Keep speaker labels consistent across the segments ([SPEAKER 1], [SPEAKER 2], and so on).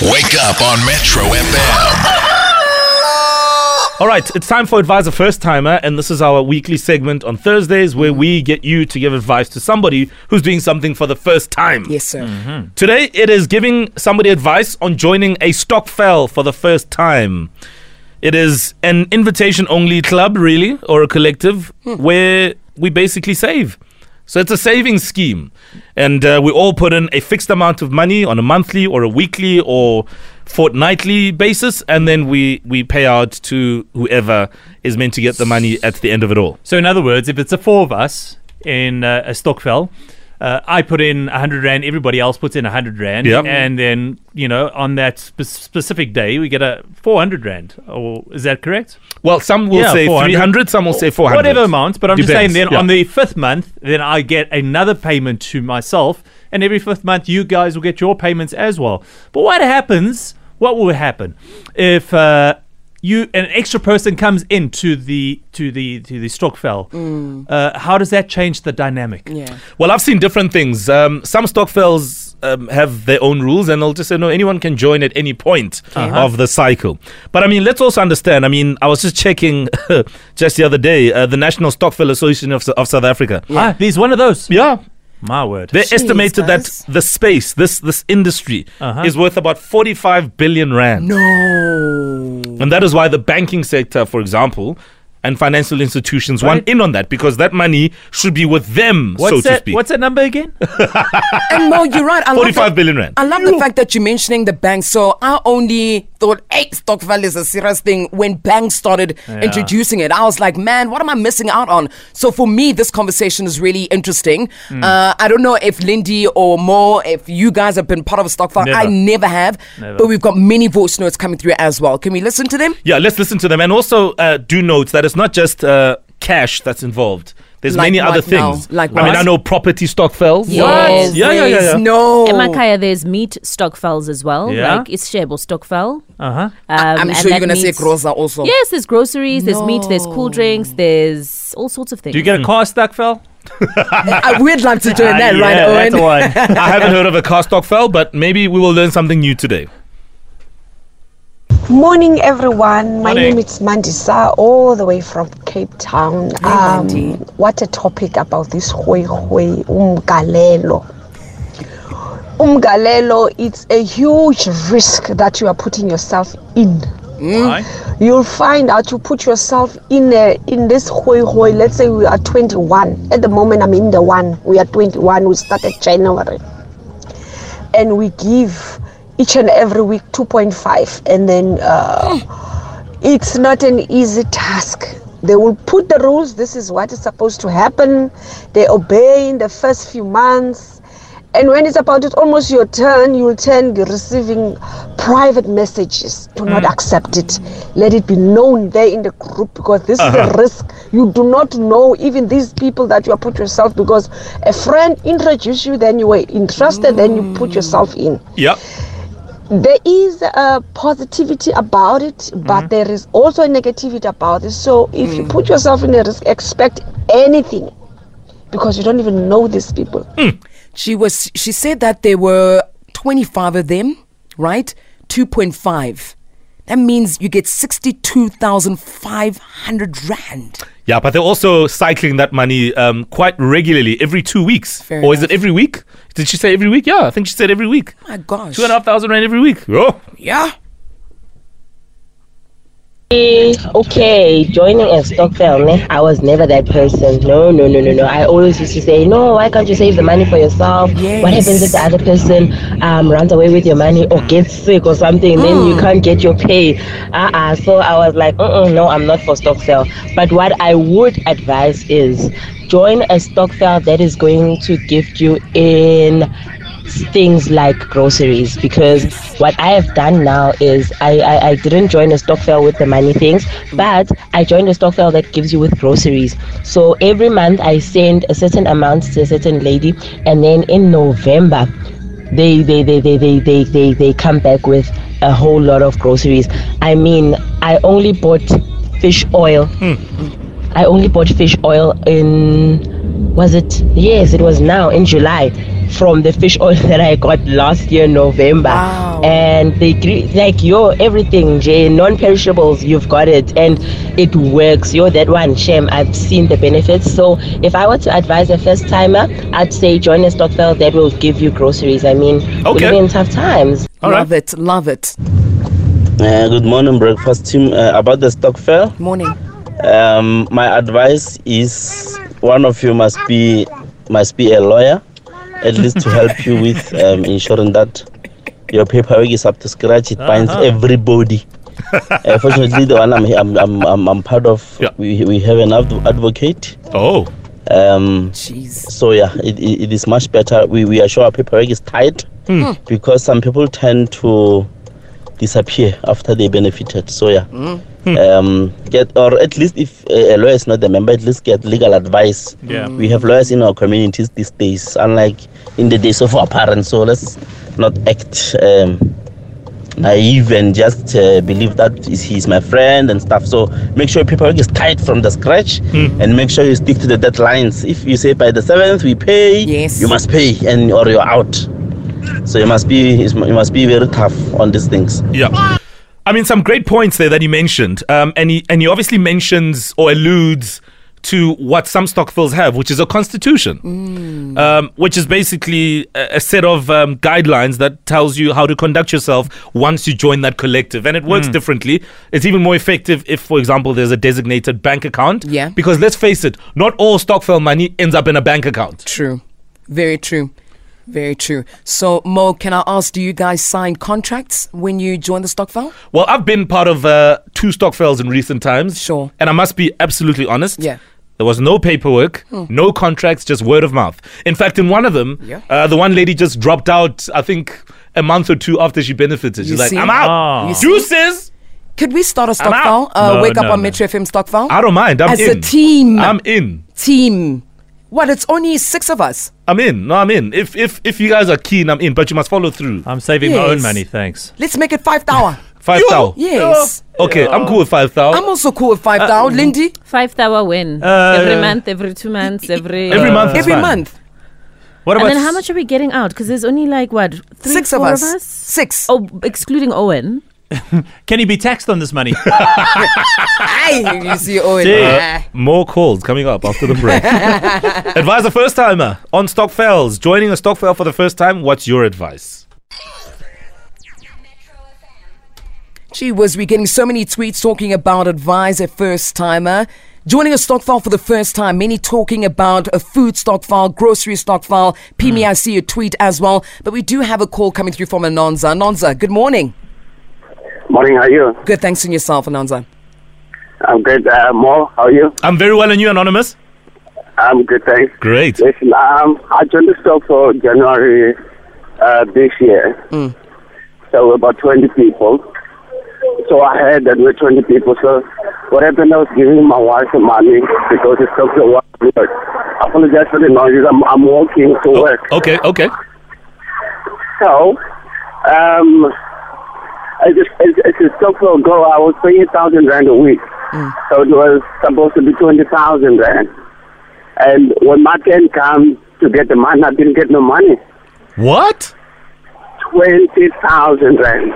[SPEAKER 1] Wake up on Metro FM.
[SPEAKER 2] All right, it's time for Advisor First Timer, and this is our weekly segment on Thursdays where we get you to give advice to somebody who's doing something for the first time.
[SPEAKER 3] Yes, sir.
[SPEAKER 2] Today, it is giving somebody advice on joining a stock fell for the first time. It is an invitation only club, really, or a collective
[SPEAKER 4] Hmm.
[SPEAKER 2] where we basically save. So it's a savings scheme. And uh, we all put in a fixed amount of money on a monthly or a weekly or fortnightly basis. And then we, we pay out to whoever is meant to get the money at the end of it all.
[SPEAKER 4] So, in other words, if it's the four of us in uh, a Stockfell, uh, I put in 100 Rand, everybody else puts in 100 Rand.
[SPEAKER 2] Yep.
[SPEAKER 4] And then, you know, on that spe- specific day, we get a 400 Rand. Or is that correct?
[SPEAKER 2] Well, some will
[SPEAKER 4] Yeah,
[SPEAKER 2] say
[SPEAKER 4] 400.
[SPEAKER 2] 300, some will say 400.
[SPEAKER 4] Whatever amount. But I'm just saying
[SPEAKER 2] Depends,
[SPEAKER 4] then
[SPEAKER 2] yeah.
[SPEAKER 4] on the fifth month, then I get another payment to myself. And every fifth month, you guys will get your payments as well. But what happens? What will happen if. Uh, you an extra person comes into the to the to the Stockfell. Uh, how does that change the dynamic?
[SPEAKER 3] Mm. Yeah.
[SPEAKER 2] Well, I've seen different things. Um, some Stockfells um, have their own rules, and they'll just say, no, anyone can join at any point of the cycle. But I mean, let's also understand. I mean, I was just checking just the other day uh, the National Stockfell Association of, S- of South Africa.
[SPEAKER 4] Ah, there's one of those.
[SPEAKER 2] Yeah,
[SPEAKER 4] My word.
[SPEAKER 2] they
[SPEAKER 3] Jeez,
[SPEAKER 2] estimated
[SPEAKER 3] guys.
[SPEAKER 2] that the space, this this industry,
[SPEAKER 4] Uh-huh.
[SPEAKER 2] is worth about 45 billion rand.
[SPEAKER 3] No.
[SPEAKER 2] And that is why the banking sector, for example, and financial institutions want
[SPEAKER 4] Right.
[SPEAKER 2] in on that because that money should be with them,
[SPEAKER 4] What's
[SPEAKER 2] so to
[SPEAKER 4] that?
[SPEAKER 2] speak.
[SPEAKER 4] What's that number again?
[SPEAKER 3] And no, you're right. I love
[SPEAKER 2] 45
[SPEAKER 3] the-
[SPEAKER 2] billion rand.
[SPEAKER 3] I love the fact that you're mentioning the bank. So I only thought, hey, Stockville is a serious thing when banks started introducing it. I was like, man, what am I missing out on? So for me, this conversation is really interesting.
[SPEAKER 4] Hmm.
[SPEAKER 3] Uh, I don't know if Lindy or Mo, if you guys have been part of a Stockville. I
[SPEAKER 4] Never.
[SPEAKER 3] never have.
[SPEAKER 4] Never.
[SPEAKER 3] But we've got many voice notes coming through as well. Can we listen to them?
[SPEAKER 2] Yeah, let's listen to them. And also uh, do note that it's not just uh, cash that's involved. There's
[SPEAKER 3] Like
[SPEAKER 2] many
[SPEAKER 3] what
[SPEAKER 2] other
[SPEAKER 3] now?
[SPEAKER 2] things.
[SPEAKER 3] Like
[SPEAKER 2] I mean,
[SPEAKER 3] what?
[SPEAKER 2] I know property stock fells.
[SPEAKER 3] Yes,
[SPEAKER 2] Yeah, yeah, yeah,
[SPEAKER 3] please.
[SPEAKER 2] yeah.
[SPEAKER 3] No.
[SPEAKER 5] In Makaya, there's meat stockfells as
[SPEAKER 4] Oh.
[SPEAKER 5] well.
[SPEAKER 4] Yeah.
[SPEAKER 5] Like it's shareable stockfell.
[SPEAKER 4] Uh
[SPEAKER 2] Uh-huh.
[SPEAKER 4] huh.
[SPEAKER 5] Um,
[SPEAKER 3] I'm
[SPEAKER 5] and
[SPEAKER 3] sure you're
[SPEAKER 5] that
[SPEAKER 3] going to say
[SPEAKER 5] means-
[SPEAKER 3] Groza also.
[SPEAKER 5] Yes, there's groceries, there's meat, there's cool
[SPEAKER 3] No.
[SPEAKER 5] drinks, there's all sorts of things.
[SPEAKER 4] Do you get a car stuck, Phil?
[SPEAKER 3] I would like to
[SPEAKER 2] Ah,
[SPEAKER 3] join that, right, Owen?
[SPEAKER 4] That's the one.
[SPEAKER 2] I haven't heard of a car stock fell, but maybe we will learn something new today.
[SPEAKER 6] Morning, everyone. My
[SPEAKER 4] Morning.
[SPEAKER 6] name is Mandisa, all the way from Cape Town. Um,
[SPEAKER 3] Mandi.
[SPEAKER 6] what a topic about this hui hui umgalelo. Umgalelo, it's a huge risk that you are putting yourself in.
[SPEAKER 4] Aye.
[SPEAKER 6] You'll find out you put yourself in a, in this hui hui. Let's say we are 21. At the moment, I'm in the one. We are 21. We started January and we give each and every week 2.5 and then uh, it's not an easy task they will put the rules this is what is supposed to happen they obey in the first few months and when it's about it's almost your turn you'll turn you're receiving private messages do not accept it let it be known there in the group because this is a risk you do not know even these people that you have put yourself because a friend introduced you then you were interested then you put yourself in
[SPEAKER 2] Yeah.
[SPEAKER 6] there is a positivity about it, but there is also a negativity about it. So if you put yourself in a risk, expect anything because you don't even know these people.
[SPEAKER 3] She was. She said that there were 25 of them, right? 2.5. That means you get 62,500 rand.
[SPEAKER 2] Yeah, but they're also cycling that money um, quite regularly, every two weeks.
[SPEAKER 3] Fair
[SPEAKER 2] or is
[SPEAKER 3] enough.
[SPEAKER 2] it every week? Did she say every week? Yeah, I think she said every week.
[SPEAKER 3] My gosh.
[SPEAKER 2] Two and a half thousand rand every week. Oh,
[SPEAKER 3] Yeah.
[SPEAKER 7] Okay, joining a stock film, eh, I was never that person. No, no, no, no, no. I always used to say, no, why can't you save the money for yourself? What happens if the other person um, runs away with your money or gets sick or something? Then you can't get your pay. Uh-uh. So I was like, Mm-mm, no, I'm not for stock sale. But what I would advise is join a stock sale that is going to gift you in things like groceries because what I have done now is I, I, I didn't join a stock fell with the money things, but I joined a stock fell that gives you with groceries. So every month I send a certain amount to a certain lady and then in November they they they they they they, they, they come back with a whole lot of groceries. I mean I only bought fish oil I only bought fish oil in was it yes it was now in July
[SPEAKER 8] from the fish oil that I got last year November.
[SPEAKER 3] Wow.
[SPEAKER 8] And they gre- like yo everything, Jay, non-perishables, you've got it, and it works. Yo, that one, Shem, I've seen the benefits. So if I were to advise a first timer, I'd say join a Stockfell that will give you groceries. I mean, we're
[SPEAKER 2] Okay.
[SPEAKER 8] living in tough times.
[SPEAKER 2] All right.
[SPEAKER 3] love it, love it.
[SPEAKER 9] Uh, good morning, breakfast team. Uh, about the stock fair,
[SPEAKER 3] Morning.
[SPEAKER 9] um, my advice is one of you must be must be a lawyer, at least to help you with um, ensuring that your paperwork is up to scratch. It binds everybody. Uh, fortunately, the one I'm I'm I'm, I'm, I'm part of,
[SPEAKER 2] Yeah.
[SPEAKER 9] we, we have an adv- advocate.
[SPEAKER 2] Oh.
[SPEAKER 9] Um,
[SPEAKER 3] Jeez.
[SPEAKER 9] so yeah, it, it, it is much better. We, we are sure our paperwork is tight because some people tend to disappear after they benefited. So yeah, um, get or at least if a a lawyer is not a member, at least get legal advice.
[SPEAKER 4] Yeah.
[SPEAKER 3] Mm.
[SPEAKER 9] we have lawyers in our communities these days, unlike in the days of our parents. So let's not act. Um, naive and just uh, believe that is- he's my friend and stuff. So make sure paperwork is tight from the scratch and make sure you stick to the deadlines. If you say by the seventh we pay,
[SPEAKER 3] Yes.
[SPEAKER 9] you must pay and or you're out. So you must be you must be very tough on these things.
[SPEAKER 2] Yeah. I mean, some great points there that he mentioned. Um, and, he, and he obviously mentions or alludes to what some Stockfills have, which is a constitution, um, which is basically a, a set of um, guidelines that tells you how to conduct yourself once you join that collective. And it works differently. It's even more effective if, for example, there's a designated bank account.
[SPEAKER 3] Yeah.
[SPEAKER 2] Because let's face it, not all Stockfell money ends up in a bank account.
[SPEAKER 3] True. Very true. Very true. So, Mo, can I ask, do you guys sign contracts when you join the stock file?
[SPEAKER 2] Well, I've been part of uh, two stock fails in recent times.
[SPEAKER 3] Sure.
[SPEAKER 2] And I must be absolutely honest.
[SPEAKER 3] Yeah. Hmm.
[SPEAKER 2] There was no paperwork, no contracts, just word of mouth. In fact, in one of them,
[SPEAKER 3] Yeah.
[SPEAKER 2] uh, the one lady just dropped out, I think, a month or two after she benefited. She's
[SPEAKER 3] You
[SPEAKER 2] like,
[SPEAKER 3] see?
[SPEAKER 2] I'm out.
[SPEAKER 4] Ah.
[SPEAKER 3] You see?
[SPEAKER 2] Juices.
[SPEAKER 3] Could we start a stock
[SPEAKER 2] out.
[SPEAKER 3] file? Uh,
[SPEAKER 4] No,
[SPEAKER 3] wake up
[SPEAKER 4] no,
[SPEAKER 3] on
[SPEAKER 4] no.
[SPEAKER 3] Metro FM stock file?
[SPEAKER 2] I don't mind. I'm
[SPEAKER 3] As
[SPEAKER 2] in.
[SPEAKER 3] a team.
[SPEAKER 2] I'm in.
[SPEAKER 3] team. What? It's only six of us.
[SPEAKER 2] I'm in. No, I'm in. If if if you guys are keen, I'm in. But you must follow through.
[SPEAKER 4] I'm saving my own
[SPEAKER 3] Yes.
[SPEAKER 4] money, thanks.
[SPEAKER 3] Let's make it five tower.
[SPEAKER 2] Five thou.
[SPEAKER 3] Yes.
[SPEAKER 2] Okay, I'm cool with five thou.
[SPEAKER 3] I'm also cool with
[SPEAKER 2] Uh,
[SPEAKER 3] five tower, Lindy.
[SPEAKER 5] Five tower win.
[SPEAKER 4] Uh,
[SPEAKER 5] every month, every two months, every.
[SPEAKER 2] Every month. is
[SPEAKER 3] Every
[SPEAKER 2] fine.
[SPEAKER 3] month.
[SPEAKER 4] What
[SPEAKER 5] And
[SPEAKER 4] about
[SPEAKER 5] then how
[SPEAKER 4] s-
[SPEAKER 5] much are we getting out? Because there's only like what three,
[SPEAKER 3] six
[SPEAKER 5] four
[SPEAKER 3] of us.
[SPEAKER 5] us.
[SPEAKER 3] Six.
[SPEAKER 5] Oh, excluding Owen.
[SPEAKER 4] Can he be taxed on this money?
[SPEAKER 3] Aye, you see, oh,
[SPEAKER 2] Uh, more calls coming up after the break. advise a first timer on stock fails. Joining a stock fail for the first time, what's your advice?
[SPEAKER 3] Gee whiz, we're getting so many tweets talking about advise a first timer. Joining a stock file for the first time, many talking about a food stock file, grocery stock file. Pimi, E,
[SPEAKER 2] Hmm.
[SPEAKER 3] I see a tweet as well. But we do have a call coming through from Anonza. Anonza, good morning.
[SPEAKER 7] Morning, how are you?
[SPEAKER 3] Good, thanks to yourself, Anonza.
[SPEAKER 7] I'm good. Uh, Mo, how are you?
[SPEAKER 2] I'm very well, and you, Anonymous?
[SPEAKER 7] I'm good, thanks.
[SPEAKER 2] Great.
[SPEAKER 7] Listen, um, I joined the stock for January uh, this year. So about 20 people. So I heard that we're 20 people. So what happened, I was giving my wife some money because it's stock for one year. I apologize for the noises. I'm, I'm walking to
[SPEAKER 2] Oh,
[SPEAKER 7] work.
[SPEAKER 2] Okay, okay.
[SPEAKER 7] So, um, as a, as, as a stockholder girl, I was paying a thousand rand a week. So it was supposed to be twenty thousand rand. And when my turn came to get the money, I didn't get no money.
[SPEAKER 2] What?
[SPEAKER 7] Twenty thousand rand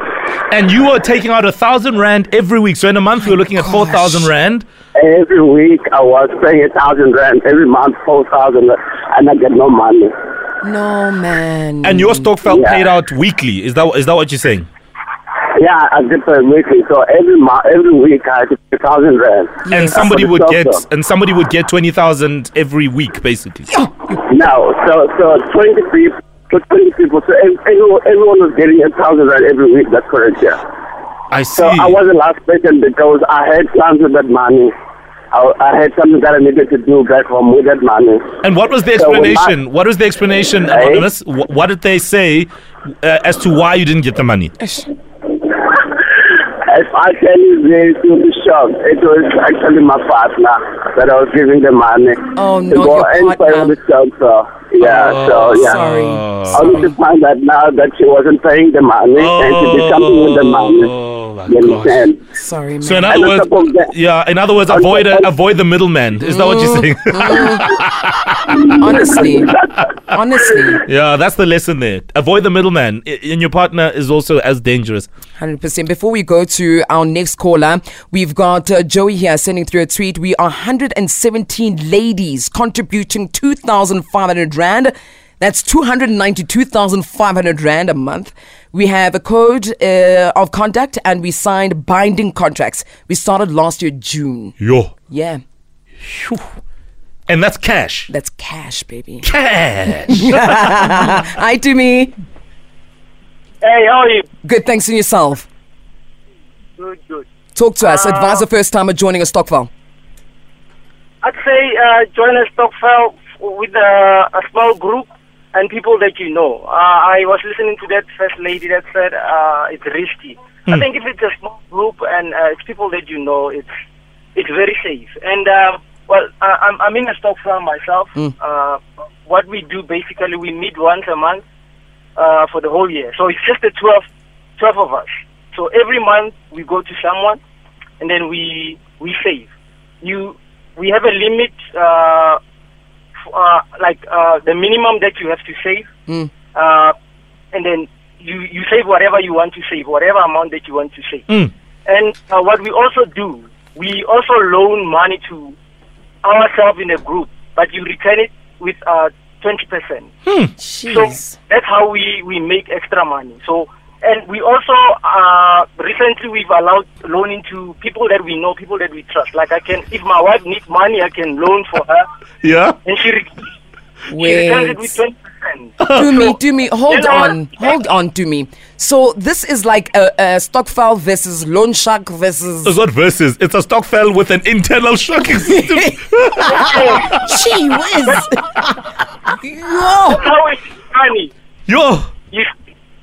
[SPEAKER 2] And you are taking out a thousand rand every week. So in a month, you're looking at four thousand rand.
[SPEAKER 7] every week. I was paying a thousand rand every month, four thousand, and I get no money.
[SPEAKER 3] No, man.
[SPEAKER 2] And your stock fell
[SPEAKER 7] Yeah.
[SPEAKER 2] paid out weekly. Is that is that what you're saying?
[SPEAKER 7] Yeah, I did pay weekly. So every month, every week, I had to pay a thousand rand.
[SPEAKER 2] And somebody
[SPEAKER 7] For the
[SPEAKER 2] would
[SPEAKER 7] stock
[SPEAKER 2] get
[SPEAKER 7] girl.
[SPEAKER 2] and somebody would get twenty thousand every week, basically.
[SPEAKER 7] No, so so twenty people, so twenty people. So ev- everyone, everyone was getting a thousand rand every week. That's correct, yeah.
[SPEAKER 2] I see.
[SPEAKER 7] So I was the last person because I had plans with that money. I, I had something that I needed to do back home with that money.
[SPEAKER 2] And what was the
[SPEAKER 7] So when I-
[SPEAKER 2] explanation? what was the explanation,
[SPEAKER 7] Eh?
[SPEAKER 2] Anonymous? Wh- what did they say uh, as to why you didn't get the money?
[SPEAKER 7] If I tell you this, you'll be shocked. It was actually my partner that I was giving the money.
[SPEAKER 3] Oh,
[SPEAKER 7] to
[SPEAKER 3] not
[SPEAKER 7] go
[SPEAKER 3] your
[SPEAKER 7] and pay
[SPEAKER 3] partner.
[SPEAKER 7] the shop, so yeah,
[SPEAKER 2] Oh,
[SPEAKER 7] so yeah.
[SPEAKER 3] Sorry.
[SPEAKER 7] Only to find out now that she wasn't paying the money and she did something with the money.
[SPEAKER 2] Oh,
[SPEAKER 7] my
[SPEAKER 10] You
[SPEAKER 7] God.
[SPEAKER 10] understand?
[SPEAKER 3] Sorry, man.
[SPEAKER 2] So in
[SPEAKER 10] I
[SPEAKER 2] other
[SPEAKER 10] don't
[SPEAKER 2] words,
[SPEAKER 10] suppose that.
[SPEAKER 2] yeah. In other words, avoid a, avoid the middleman. Is that what you're saying?
[SPEAKER 3] honestly, honestly,
[SPEAKER 2] yeah, that's the lesson there. Avoid the middleman, I- and your partner is also as dangerous.
[SPEAKER 3] hundred percent. Before we go to our next caller, we've got uh, Joey here sending through a tweet. We are 117 ladies contributing 2,500 rand. That's 292,500 rand a month. We have a code uh, of conduct and we signed binding contracts. We started last year June.
[SPEAKER 2] Yo,
[SPEAKER 3] Yeah,
[SPEAKER 2] and that's cash.
[SPEAKER 3] that's cash, baby.
[SPEAKER 2] Cash.
[SPEAKER 3] Hi to me.
[SPEAKER 7] Hey, how are you?
[SPEAKER 3] Good. Thanks to yourself.
[SPEAKER 7] Good, good.
[SPEAKER 3] Talk to us. Advise a first timer joining a stock farm.
[SPEAKER 7] I'd say uh, join a stockpile with a, a small group and people that you know. Uh, I was listening to that first lady that said uh, it's risky. I think if it's a small group and uh, it's people that you know, it's it's very safe. And um, well, I, I'm I'm in a stockpile myself. Uh, what we do basically, we meet once a month uh, for the whole year. So it's just the 12, 12 of us. So every month we go to someone, and then we we save. You we have a limit, uh, f- uh, like uh, the minimum that you have to save, uh, and then you you save whatever you want to save, whatever amount that you want to save. And uh, what we also do, we also loan money to ourselves in a group, but you return it with uh, twenty percent. So that's how we, we make extra money. So and we also uh, recently we've allowed loaning to people that we know, people that we trust. Like I can, if my wife needs money, I can loan for her,
[SPEAKER 2] yeah.
[SPEAKER 7] and she, re- she returns it
[SPEAKER 3] Wait.
[SPEAKER 7] with twenty percent.
[SPEAKER 3] to me, to me, hold
[SPEAKER 7] You know
[SPEAKER 3] on,
[SPEAKER 7] what?
[SPEAKER 3] hold on to me. So this is like a, a stock file versus loan shark versus.
[SPEAKER 2] It's not versus. It's a stock fell with an internal shocking system.
[SPEAKER 3] Gee whiz! Yo.
[SPEAKER 7] How is money?
[SPEAKER 2] Yo.
[SPEAKER 7] You,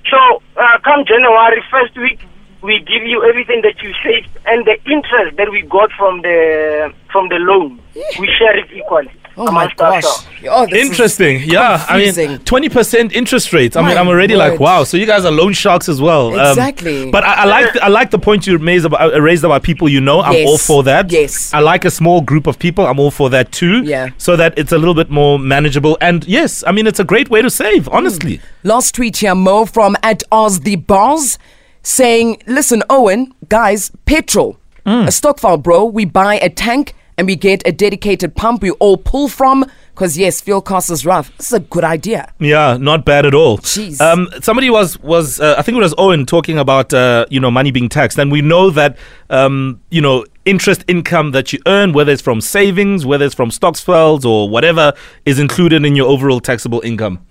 [SPEAKER 7] so uh, come January first week, we give you everything that you saved and the interest that we got from the from the loan. We share it equally
[SPEAKER 3] Oh my
[SPEAKER 7] amongst
[SPEAKER 3] gosh!
[SPEAKER 7] ourselves.
[SPEAKER 3] Yo, this is-
[SPEAKER 2] Interesting. Yeah. I
[SPEAKER 3] confusing.
[SPEAKER 2] mean, 20% interest rates. I mean,
[SPEAKER 3] My
[SPEAKER 2] I'm already like,
[SPEAKER 3] word.
[SPEAKER 2] wow. So you guys are loan sharks as well. Um,
[SPEAKER 3] Exactly.
[SPEAKER 2] but I, I like the, I like the point you raised about, uh, raised about people you know. I'm
[SPEAKER 3] Yes.
[SPEAKER 2] all for that.
[SPEAKER 3] Yes.
[SPEAKER 2] I like a small group of people. I'm all for that too.
[SPEAKER 3] Yeah.
[SPEAKER 2] So that it's a little bit more manageable. And yes, I mean, it's a great way to save, honestly.
[SPEAKER 3] Last tweet here, Mo from at Oz the Bars, saying, "Listen, Owen, guys, petrol, a stock file, bro. We buy a tank." And we get a dedicated pump we all pull from because, yes, fuel cost is rough. This is a good idea.
[SPEAKER 2] Yeah, not bad at all.
[SPEAKER 3] Jeez.
[SPEAKER 2] Um, somebody was was uh, I think it was Owen talking about uh, you know money being taxed, and we know that um, you know interest income that you earn, whether it's from savings, whether it's from stocks files or whatever, is included in your overall taxable income.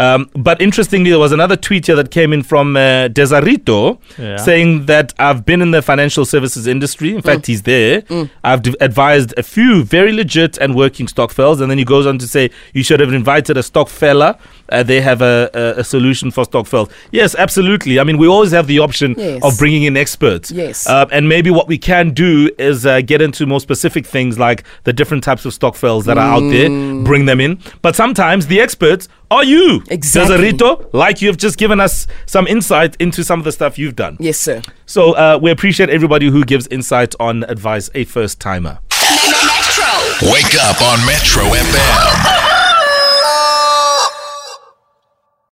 [SPEAKER 2] Um, but interestingly, there was another tweet here that came in from uh, Desarito
[SPEAKER 4] Yeah.
[SPEAKER 2] saying that I've been in the financial services industry.
[SPEAKER 3] Mm.
[SPEAKER 2] In fact, he's there. I've d- advised a few very legit and working stock fells. And then he goes on to say, you should have invited a stock fella. Uh, they have a, a, a solution for stock fells. Yes, absolutely. I mean, we always have the option
[SPEAKER 3] Yes.
[SPEAKER 2] of bringing in experts.
[SPEAKER 3] Yes.
[SPEAKER 2] Uh, um, and maybe what we can do is uh, get into more specific things like the different types of stock fails that are out there,
[SPEAKER 3] Mm.
[SPEAKER 2] bring them in. But sometimes the experts are you.
[SPEAKER 3] Exactly.
[SPEAKER 2] Cesarito, like you've just given us some insight into some of the stuff you've done.
[SPEAKER 3] Yes, sir.
[SPEAKER 2] So uh, we appreciate everybody who gives insight on advice, a first timer.
[SPEAKER 1] Wake up on Metro FM.